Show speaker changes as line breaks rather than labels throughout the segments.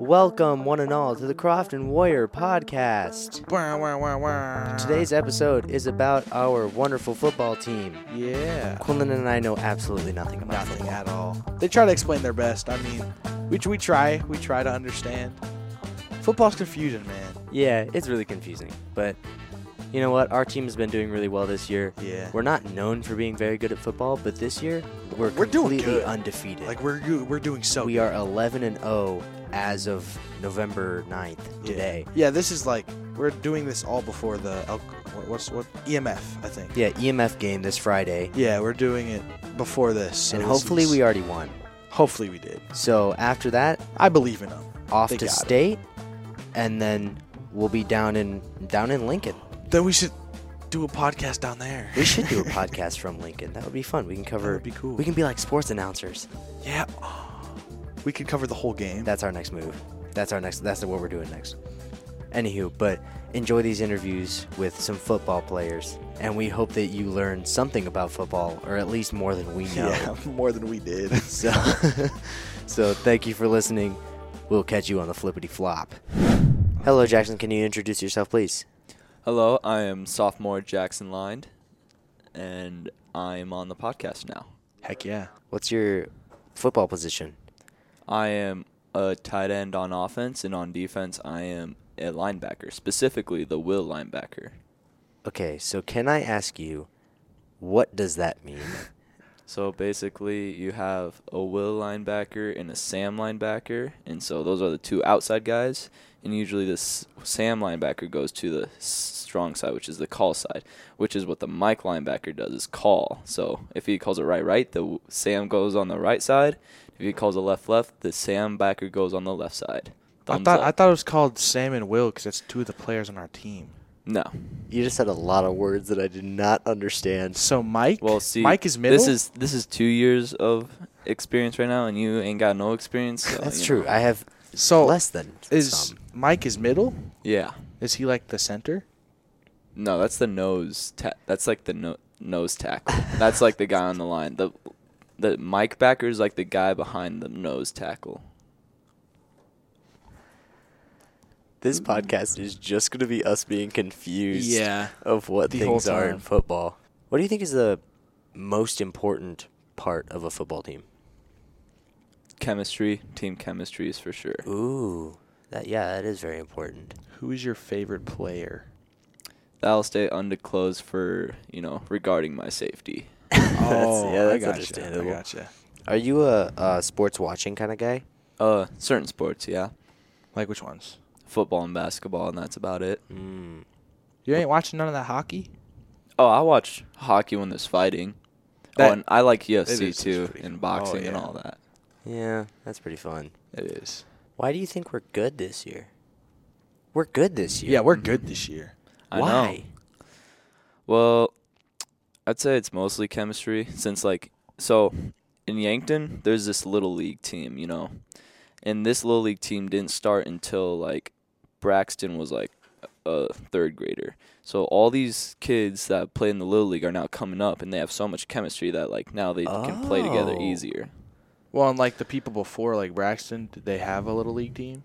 Welcome, one and all, to the Croft and Warrior podcast.
Wah, wah, wah, wah.
Today's episode is about our wonderful football team.
yeah,
Quinlan and I know absolutely nothing about
nothing
football.
at all. They try to explain their best. I mean, we we try, we try to understand. Football's confusing, man.
Yeah, it's really confusing. But you know what? Our team has been doing really well this year.
Yeah,
We're not known for being very good at football, but this year we're,
We're doing
completely
good.
undefeated.
like we're you- we're doing so.
we are 11 and 0 as of November 9th
good.
today.
Yeah. yeah, this is like we're doing this all before the El- what- what's what EMF, I think.
Yeah, EMF game this Friday.
Yeah, we're doing it before this. So
and hopefully we already won.
Hopefully we did.
So after that,
I believe in them.
off
They
to
got it.
state, and then we'll be down in down in Lincoln.
Then we should do a podcast down there.
We should do a podcast from Lincoln. That would be fun. We can
That
cover.
would be cool.
We can be like sports announcers.
yeah. We could cover the whole game.
That's our next move. That's our next. That's what we're doing next. Anywho, but enjoy these interviews with some football players, and we hope that you learn something about football, or at least more than we know.
Yeah, more than we did.
So, so thank you for listening. We'll catch you on the flippity flop. Hello, Jackson. Can you introduce yourself, please?
Hello, I am sophomore Jackson Lind, and I am on the podcast now.
Heck yeah.
What's your football position?
I am a tight end on offense, and on defense, I am a linebacker, specifically the will linebacker.
Okay, so can I ask you, what does that mean?
So basically, you have a will linebacker and a Sam linebacker, and so those are the two outside guys. And usually, this Sam linebacker goes to the s- strong side, which is the call side, which is what the Mike linebacker does is call. So if he calls it right, right, the w- Sam goes on the right side. If he calls a left, left, the Sam backer goes on the left side.
I
Thumbs
thought
up.
I thought it was called Sam and Will because that's two of the players on our team.
no.
you just said a lot of words that I did not understand.
So Mike,
Well, see,
Mike is middle.
This is this is two years of experience right now, and you ain't got no experience. So,
That's
you
true.
know.
I have
so
less than
is
some.
Mike is middle.
yeah.
Is he like the center?
No, that's the nose. Ta- that's like the no- nose tackle. That's like the guy on the line. The the mic backer is like the guy behind the nose tackle.
This podcast is just going to be us being confused
Yeah,
of what
the whole
things are in
time.
football. What do you think is the most important part of a football team?
Chemistry, team chemistry is for sure.
Ooh, that yeah, that is very important.
Who is your favorite player?
That'll stay undisclosed for you know regarding my safety.
That's- yeah,
Oh, I
that's
gotcha,
understandable.
I gotcha.
Are you a, a sports watching kind of guy?
Uh, certain sports, yeah,
Like which ones?
football and basketball, and that's about it.
Mm.
You ain't watching none of that hockey.
Oh, I watch hockey when there's fighting.
That-
oh, and I like
it
UFC
is- it's
too,
pretty
and
cool. Oh,
boxing and
yeah.
all that.
Yeah, that's pretty fun.
It is.
Why do you think we're good this year? We're good this year.
Yeah, we're good this year.
I
Why?
know. Well, I'd say it's mostly chemistry since like so in Yankton there's this little league team, you know. And this little league team didn't start until like Braxton was like a third grader. So all these kids that play in the little league are now coming up and they have so much chemistry that like now they can play together
Oh.
easier.
Well, and like the people before, like Braxton, did they have a little league team?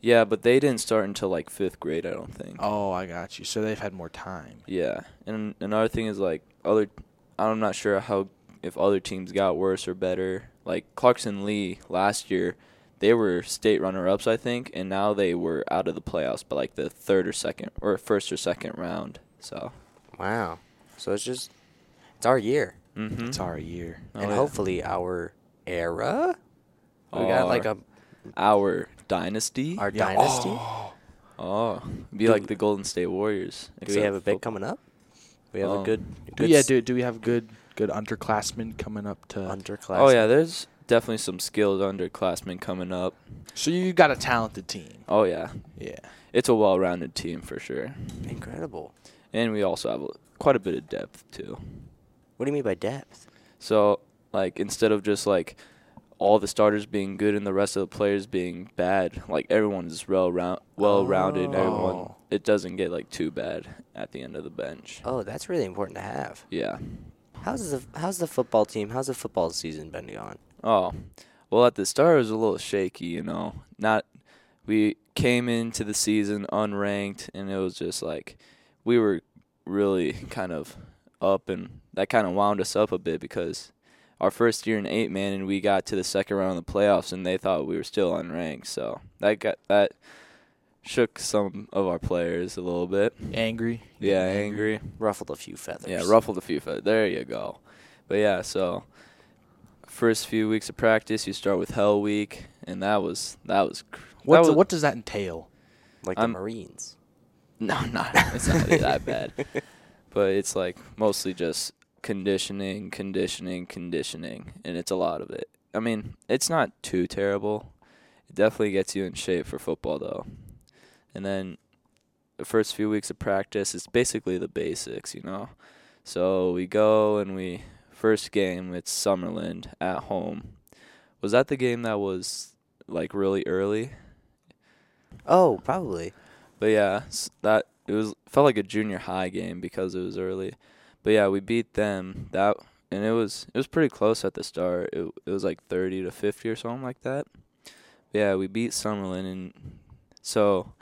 Yeah, but they didn't start until like 5th grade, I don't think.
Oh, I got you. So they've had more time.
Yeah, and another thing is like other, I'm not sure how if other teams got worse or better. Like Clarkson Lee last year, they were state runner-ups, I think, and now they were out of the playoffs by like the third or second or first or second round. So
Wow. So it's just it's our year,
mm-hmm.
It's our year.
and hopefully our era. We got
Our-
like a
our dynasty.
our
Yeah,
dynasty.
oh, be
Do-
like the Golden State Warriors.
do we have a
big
big coming up? We have a
Um,
good,
Do,
good
yeah,
s-
do, do we have good good underclassmen coming up to?
underclass.
Oh yeah, there's definitely some skilled underclassmen coming up.
so you got a talented team.
Oh yeah,
Yeah.
it's a well-rounded team for sure.
incredible.
and we also have a, quite a bit of depth too.
What do you mean by depth?
So like instead of just like all the starters being good and the rest of the players being bad, like everyone is well round, well rounded. and Everyone
Oh.
it doesn't get like too bad at the end of the bench.
Oh, that's really important to have.
Yeah.
How's the how's the football team? How's the football season been going?
Oh, well at the start it was a little shaky, you know. Not we came into the season unranked, and it was just like we were really kind of up, and that kind of wound us up a bit because our first year in eight man, and we got to the second round of the playoffs, and they thought we were still unranked. So that got that shook some of our players a little bit.
Angry.
Yeah, angry.
Ruffled a few feathers.
Yeah, ruffled a few feathers. There you go. But yeah, so first few weeks of practice, you start with Hell Week, and that was that was. cr- that
What's,
was,
what does that entail?
Like
I'm-
the Marines.
No, not it's not that bad. But it's like mostly just conditioning, conditioning, conditioning, and it's a lot of it. I mean, it's not too terrible. It definitely gets you in shape for football though. And then the first few weeks of practice, it's basically the basics, you know. So we go and we first game, it's Summerlin at home. Was that the game that was like really early?
Oh, probably.
But yeah, s- that it was felt like a junior high game because it was early. But yeah, we beat them that, and it was it was pretty close at the start. It it was like thirty to fifty or something like that. yeah, we beat Summerlin, and so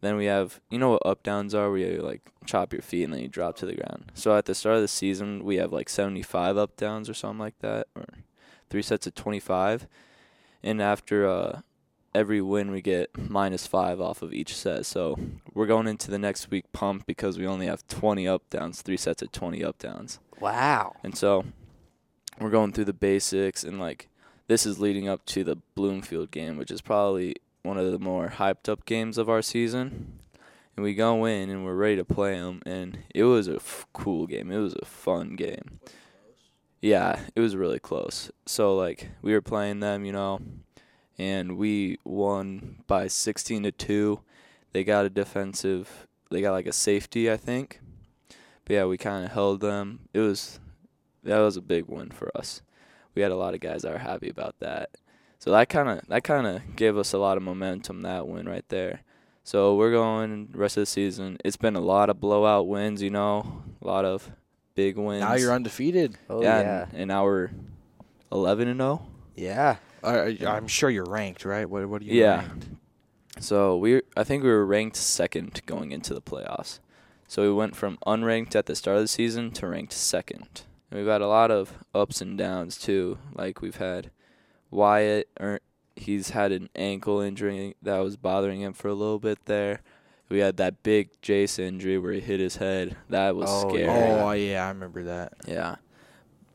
then we have you know what up downs are, where you like chop your feet and then you drop to the ground. So at the start of the season, we have like seventy five up downs or something like that, or three sets of twenty five, and after uh every win we get minus five off of each set. So we're going into the next week pumped because we only have 20 up downs, three sets of 20 up downs.
Wow.
And so we're going through the basics and like this is leading up to the Bloomfield game, which is probably one of the more hyped up games of our season. And we go in and we're ready to play them and it was a f- cool game. It was a fun game. Yeah, it was really close. So like we were playing them, you know, and we won by 16 to 2. They got a defensive, they got like a safety, I think. But yeah, we kind of held them. It was that was a big win for us. We had a lot of guys that were happy about that. So that kind of that kind of gave us a lot of momentum that win right there. So we're going rest of the season. It's been a lot of blowout wins, you know, a lot of big wins.
Now you're undefeated.
Oh
yeah,
yeah.
And, and now we're 11 and oh. 0.
Yeah.
I, I- Uh, I'm sure you're ranked, right? What, what are you
Yeah.
ranked?
So we, I think we were ranked second going into the playoffs. So we went from unranked at the start of the season to ranked second. And we've had a lot of ups and downs too. Like we've had Wyatt, er, he's had an ankle injury that was bothering him for a little bit there. We had that big Jace injury where he hit his head. That was
Oh,
scary.
Yeah.
Oh, yeah, I remember that.
Yeah.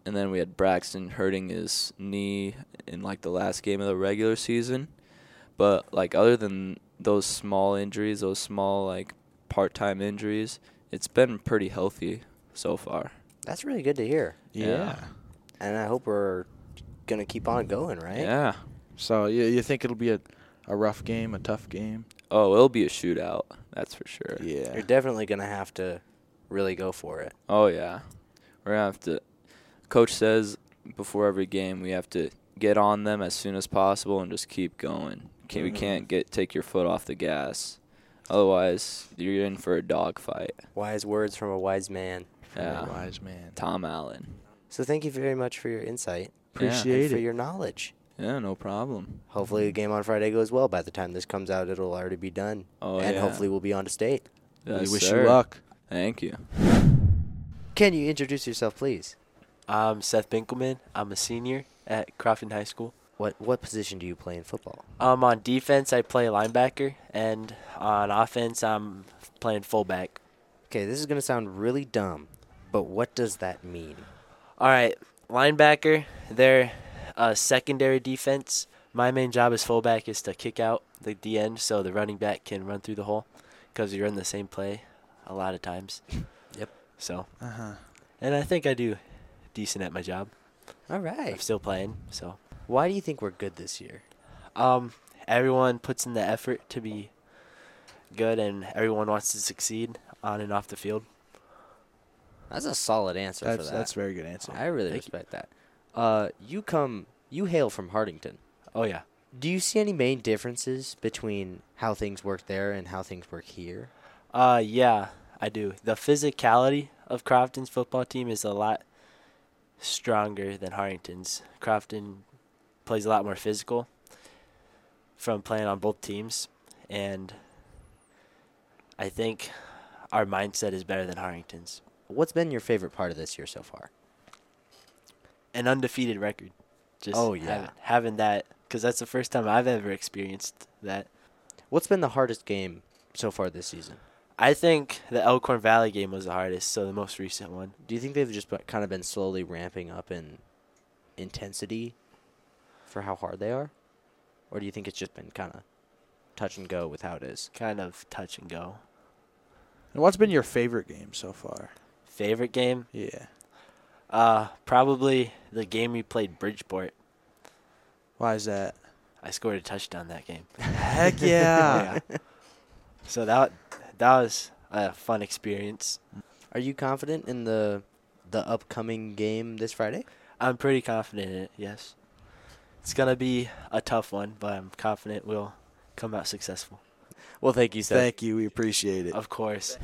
And then we had Braxton hurting his knee in like the last game of the regular season. But like other than those small injuries, those small like part-time injuries, it's been pretty healthy so far.
That's really good to hear.
Yeah.
Yeah.
And I hope we're gonna keep on going, right?
Yeah.
So you, you think it'll be a, a rough game, a tough game?
Oh, it'll be a shootout. That's for sure.
Yeah.
You're definitely gonna have to really go for it.
Oh yeah. We're going to have to coach says before every game we have to get on them as soon as possible and just keep going. Can we
Mhm.
can't get take your foot off the gas. Otherwise, you're in for a dogfight.
Wise words from a wise man.
From a
Yeah.
Wise man.
Tom Allen.
So thank you very much for your insight and
Appreciate it.
for your knowledge.
Yeah, no problem.
Hopefully the game on Friday goes well. By the time this comes out, it'll already be done,
Oh
and
yeah.
hopefully we'll be on to state.
Yes,
we wish
sir.
you luck.
Thank you.
Can you introduce yourself, please?
I'm Seth Binkelman. I'm a senior at Crofton High School.
What what position do you play in football?
Um, on defense, I play linebacker, and on offense, I'm playing fullback.
Okay, this is gonna sound really dumb, but what does that mean?
All right, linebacker, they're a secondary defense. My main job as fullback is to kick out the DN so the running back can run through the hole because you run the same play a lot of times.
Yep.
So,
Uh huh.
and I think I do decent at my job.
All
I'm
right.
still playing, so.
Why do you think we're good this year?
Um, everyone puts in the effort to be good, and everyone wants to succeed on and off the field.
That's a solid answer for
That's
that.
that's a very good answer.
I really
Thank you.
respect that. Uh, you come, you hail from Hardington.
Oh yeah.
Do you see any main differences between how things work there and how things work here?
Uh, yeah, I do. The physicality of Crofton's football team is a lot stronger than Harrington's. Crofton plays a lot more physical from playing on both teams, and I think our mindset is better than Harrington's.
What's been your favorite part of this year so far?
An undefeated record. Just
Oh, yeah.
having, having that because that's the first time I've ever experienced that.
What's been the hardest game so far this season?
I think the Elkhorn Valley game was the hardest, so the most recent one.
Do you think they've just kind of been slowly ramping up in intensity for how hard they are? Or do you think it's just been kind of touch and go with how it is?
Kind of touch and go.
And what's been your favorite game so far?
Favorite game?
Yeah.
Uh, probably the game we played Bridgeport.
Why is that?
I scored a touchdown that game.
Heck yeah.
So that that was a fun experience.
Are you confident in the the upcoming game this Friday?
I'm pretty confident in it. Yes, it's gonna be a tough one, but I'm confident we'll come out successful.
Well, thank you, Seth.
Thank you. We appreciate it.
Of course.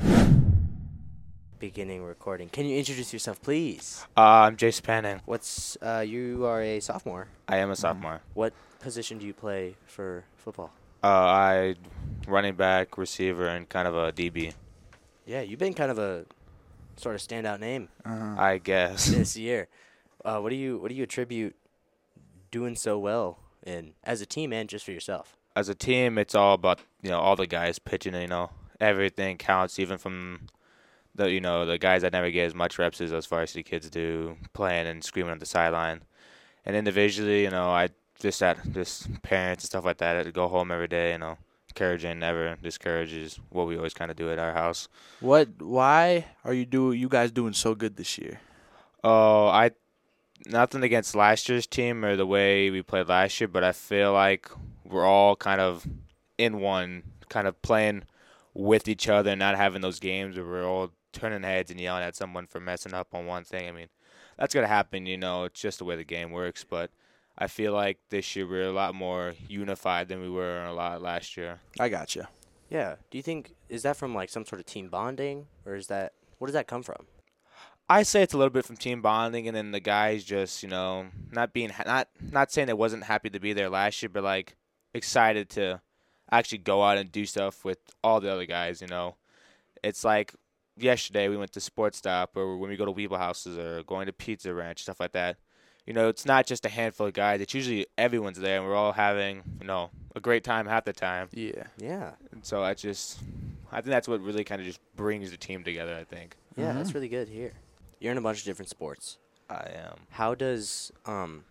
Beginning recording. Can you introduce yourself, please?
Uh, I'm Jace Panning.
What's uh, you are a sophomore.
I am a sophomore.
What position do you play for football?
Uh, I running back, receiver, and kind of a DB.
Yeah, you've been kind of a sort of standout name
Uh-huh.
I guess.
this year. Uh, what do you what do you attribute doing so well in as a team and just for yourself?
As a team, it's all about you know all the guys pitching. You know everything counts, even from the you know the guys that never get as much reps as those varsity kids do, playing and screaming on the sideline. And individually, you know, I just that just parents and stuff like that. I go home every day. You know, encouraging never discourages what we always kind of do at our house.
What? Why are you do you guys doing so good this year?
Oh, I nothing against last year's team or the way we played last year, but I feel like we're all kind of in one, kind of playing with each other and not having those games where we're all turning heads and yelling at someone for messing up on one thing. I mean, that's gonna happen, you know, it's just the way the game works, but I feel like this year we're a lot more unified than we were a lot last year.
I got you.
Yeah. Do you think is that from like some sort of team bonding or is that where does that come from?
I say it's a little bit from team bonding, and then the guys just you know not being ha- not not saying they wasn't happy to be there last year, but like excited to actually go out and do stuff with all the other guys. You know, it's like yesterday we went to Sports Stop, or when we go to Weeble Houses, or going to Pizza Ranch, stuff like that. You know, it's not just a handful of guys. It's usually everyone's there, and we're all having you know a great time half the time.
Yeah.
Yeah.
And so I just I think that's what really kind of just brings the team together. I think
Yeah, that's really good here. You're in a bunch of different sports.
I am.
How does um,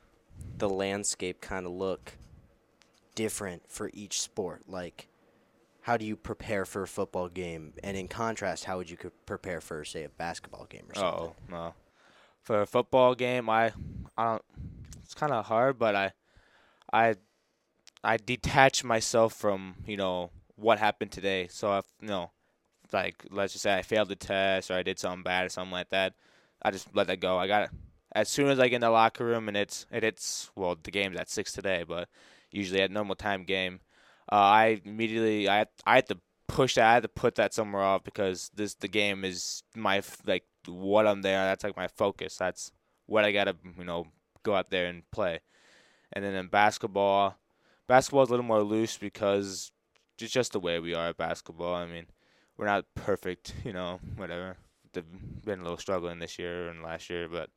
the landscape kind of look different for each sport? Like, how do you prepare for a football game? And in contrast, how would you co- prepare for, say, a basketball game or something?
Oh no, for a football game, I, I don't. It's kind of hard, but I, I, I detach myself from you know what happened today. So if you know, like let's just say I failed the test or I did something bad or something like that, I just let that go. I got as soon as I get in the locker room and it's it it's well the game's at six today, but usually at normal time game, uh, I immediately I I had to push that. I had to put that somewhere off because this the game is my f- like what I'm there. That's like my focus. That's what I gotta you know go out there and play. And then in basketball, basketball's a little more loose because it's just the way we are at basketball. I mean, we're not perfect, you know. Whatever. They've been a little struggling this year and last year, but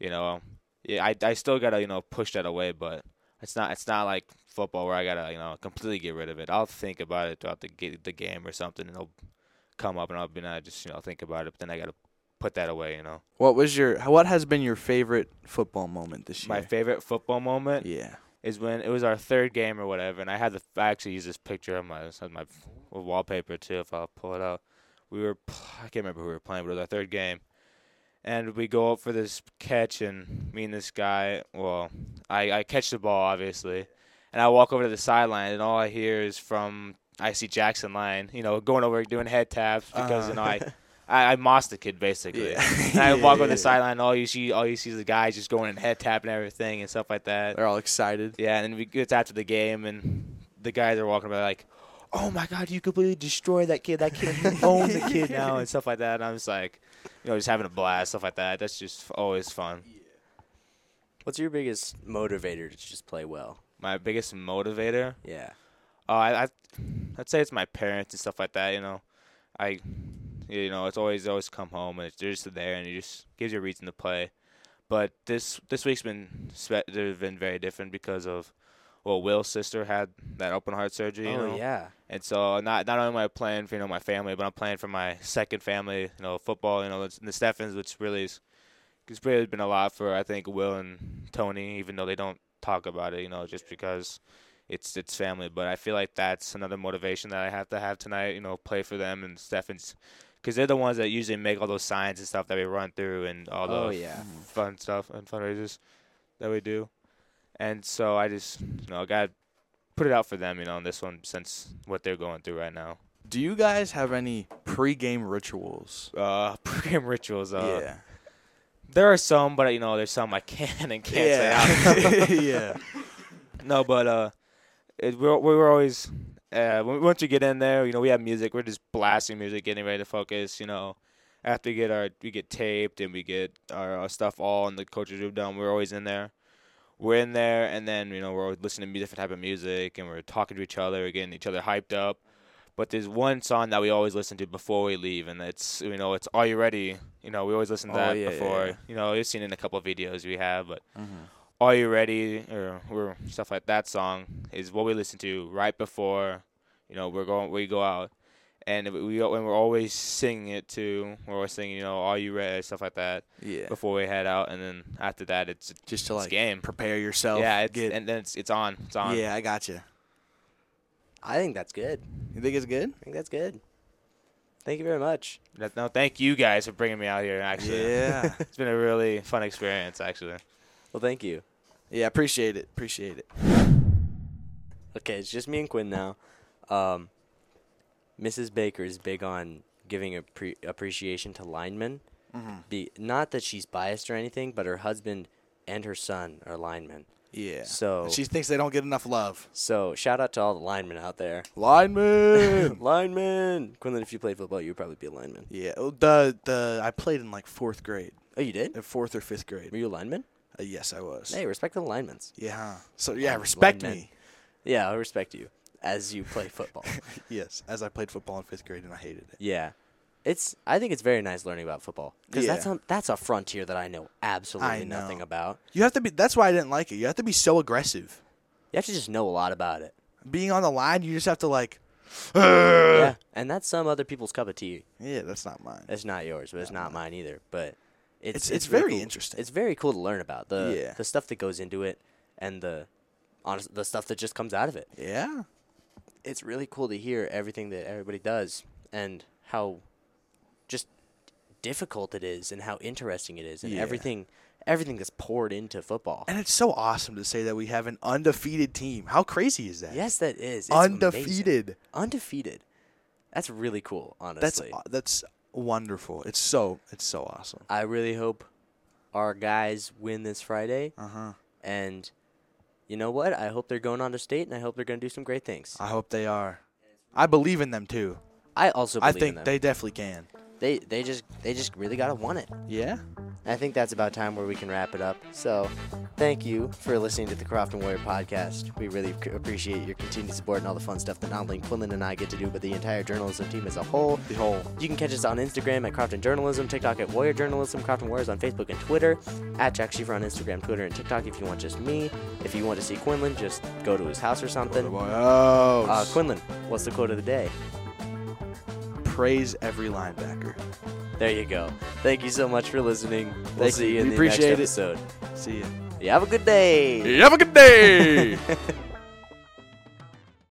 you know, yeah, I I still gotta you know push that away, but. It's not. It's not like football where I gotta, you know, completely get rid of it. I'll think about it throughout the ga- the game or something, and it'll come up, and I'll be not just, you know, think about it. But then I gotta put that away, you know.
What was your? What has been your favorite football moment this year?
My favorite football moment
Yeah.
is when it was our third game or whatever, and I had the I actually used this picture on my on my wallpaper too. If I'll pull it out, we were p- I can't remember who we were playing, but it was our third game, and we go up for this catch, and me and this guy, well, I I catch the ball obviously, and I walk over to the sideline, and all I hear is from I see Jackson Line, you know, going over doing head taps because you know I. I, I mossed the kid basically.
Uh-huh. Yeah.
And I
Yeah,
walk
yeah,
on
yeah.
the sideline. and All you see, all you see is the guys just going and head tapping everything and stuff like that.
They're all excited.
Yeah, and then we, it's after the game, and the guys are walking by like, "Oh my God, you completely destroyed that kid. That kid you own the kid now, and stuff like that." And I'm just like, you know, just having a blast, stuff like that. That's just f- always fun.
What's your biggest motivator to just play well?
My biggest motivator,
Yeah.
uh, I, I, I'd say it's my parents and stuff like that. You know, I, you know, it's always always come home and it's, they're just there and it just gives you a reason to play. But this this week's been spe- they've been very different because of well, Will's sister had that open heart surgery. You
oh
know?
yeah.
And so not not only am I playing for you know my family, but I'm playing for my second family, you know, football, you know, that's- the Steffens, which really is it's really been a lot for I think Will and Tony, even though they don't talk about it, you know, just because it's it's family. But I feel like that's another motivation that I have to have tonight, you know, play for them and Steffens, because they're the ones that usually make all those signs and stuff that we run through and all
Oh
the
yeah.
fun stuff and fundraisers that we do. And so I just, you know, I got to put it out for them, you know, on this one since what they're going through right now.
Do you guys have any pregame rituals?
Uh, pregame rituals. Uh,
yeah.
There are some, but, you know, there's some I can and can't say out.
yeah. yeah.
No, but uh, it, we we were always uh, when, once you get in there, you know, we have music. We're just blasting music, getting ready to focus. You know, after we get our we get taped and we get our, our stuff all in the coach's room done. We're always in there. We're in there, and then you know we're always listening to different type of music, and we're talking to each other, we're getting each other hyped up. But there's one song that we always listen to before we leave, and it's you know it's Are You Ready? You know we always listen to
Oh,
that
yeah, yeah,
before.
yeah. Mm-hmm.
You know you've seen it in a couple of videos we have, but
Mhm.
are You Ready or, or stuff like that song is what we listen to right before, you know, we're going we go out, and we we- and we're always singing it too. We're always singing, you know, Are You Ready stuff like that
Yeah.
before we head out, and then after that it's it's
Just to like
game.
prepare yourself.
yeah, it's,
get,
and then it's it's on, it's on.
yeah. I got you.
I think that's good.
You think it's good?
I think that's good. Thank you very much.
No, no, thank you guys for bringing me out here. Actually,
Yeah.
it's been a really fun experience. Actually,
Well, thank you.
yeah. Appreciate it. Appreciate it.
Okay, it's just me and Quinn now. Um, Mrs. Baker is big on giving appre- appreciation to linemen.
Mm-hmm.
Be- not that she's biased or anything, but her husband and her son are linemen.
Yeah.
So-
she thinks they don't get enough love.
So shout out to all the linemen out there.
Lineman.
linemen, Quinlan, if you played football, you'd probably be a lineman.
yeah. oh, The the I played in like fourth grade,
Oh, you did?
in fourth or fifth
Were
grade.
you a lineman?
Uh, yes, I was.
Hey, respect the linemen.
Yeah. So yeah,
Line-
respect
linemen.
me.
Yeah, I respect you as you play football.
Yes, as I played football in fifth grade and I hated it.
yeah. It's. I think it's very nice learning about football because
Yeah.
that's a, that's a frontier that I know absolutely
I
nothing
know.
about.
You have to be. That's why I didn't like it. You have to be so aggressive.
You have to just know a lot about it.
Being on the line, you just have to like.
yeah, and that's some other people's cup of tea.
Yeah, that's not mine.
That's not yours, but it's not mine either. But it's
It's- it's
really
very
cool.
interesting.
It's very cool to learn about the
Yeah.
the stuff that goes into it and the honest the stuff that just comes out of it.
yeah.
It's really cool to hear everything that everybody does and how just difficult it is and how interesting it is and
Yeah.
everything everything that's poured into football.
And it's so awesome to say that we have an undefeated team. How crazy is that?
yes, that is It's amazing.
undefeated.
Undefeated. That's really cool,
That's
honestly.
aw- that's wonderful. It's so it's so awesome.
I really hope our guys win this Friday.
Uh huh.
And you know what? I hope they're going on to state, and I hope they're going to do some great things.
I hope they are. I believe in them too.
I also
I
believe
think
in them.
they definitely can.
they they just they just really got to want it.
Yeah.
And I think that's about time where we can wrap it up. So, thank you for listening to the Crofton Warrior podcast. We really c- appreciate your continued support and all the fun stuff that not only Quinlan and I get to do, but the entire journalism team as a whole.
The whole.
You can catch us on Instagram at Crofton Journalism, TikTok at Warrior Journalism, Crofton Warriors on Facebook and Twitter, at Jack Schieffer on Instagram, Twitter, and TikTok if you want just me. If you want to see Quinlan, just go to his house or something.
Oh.
Uh, Quinlan, what's the quote of the day?
praise every linebacker.
There you go. Thank you so much for listening. We'll
Thank
see
you.
you in
We
the next
appreciate it.
episode.
See ya.
You have a good day.
have a good day.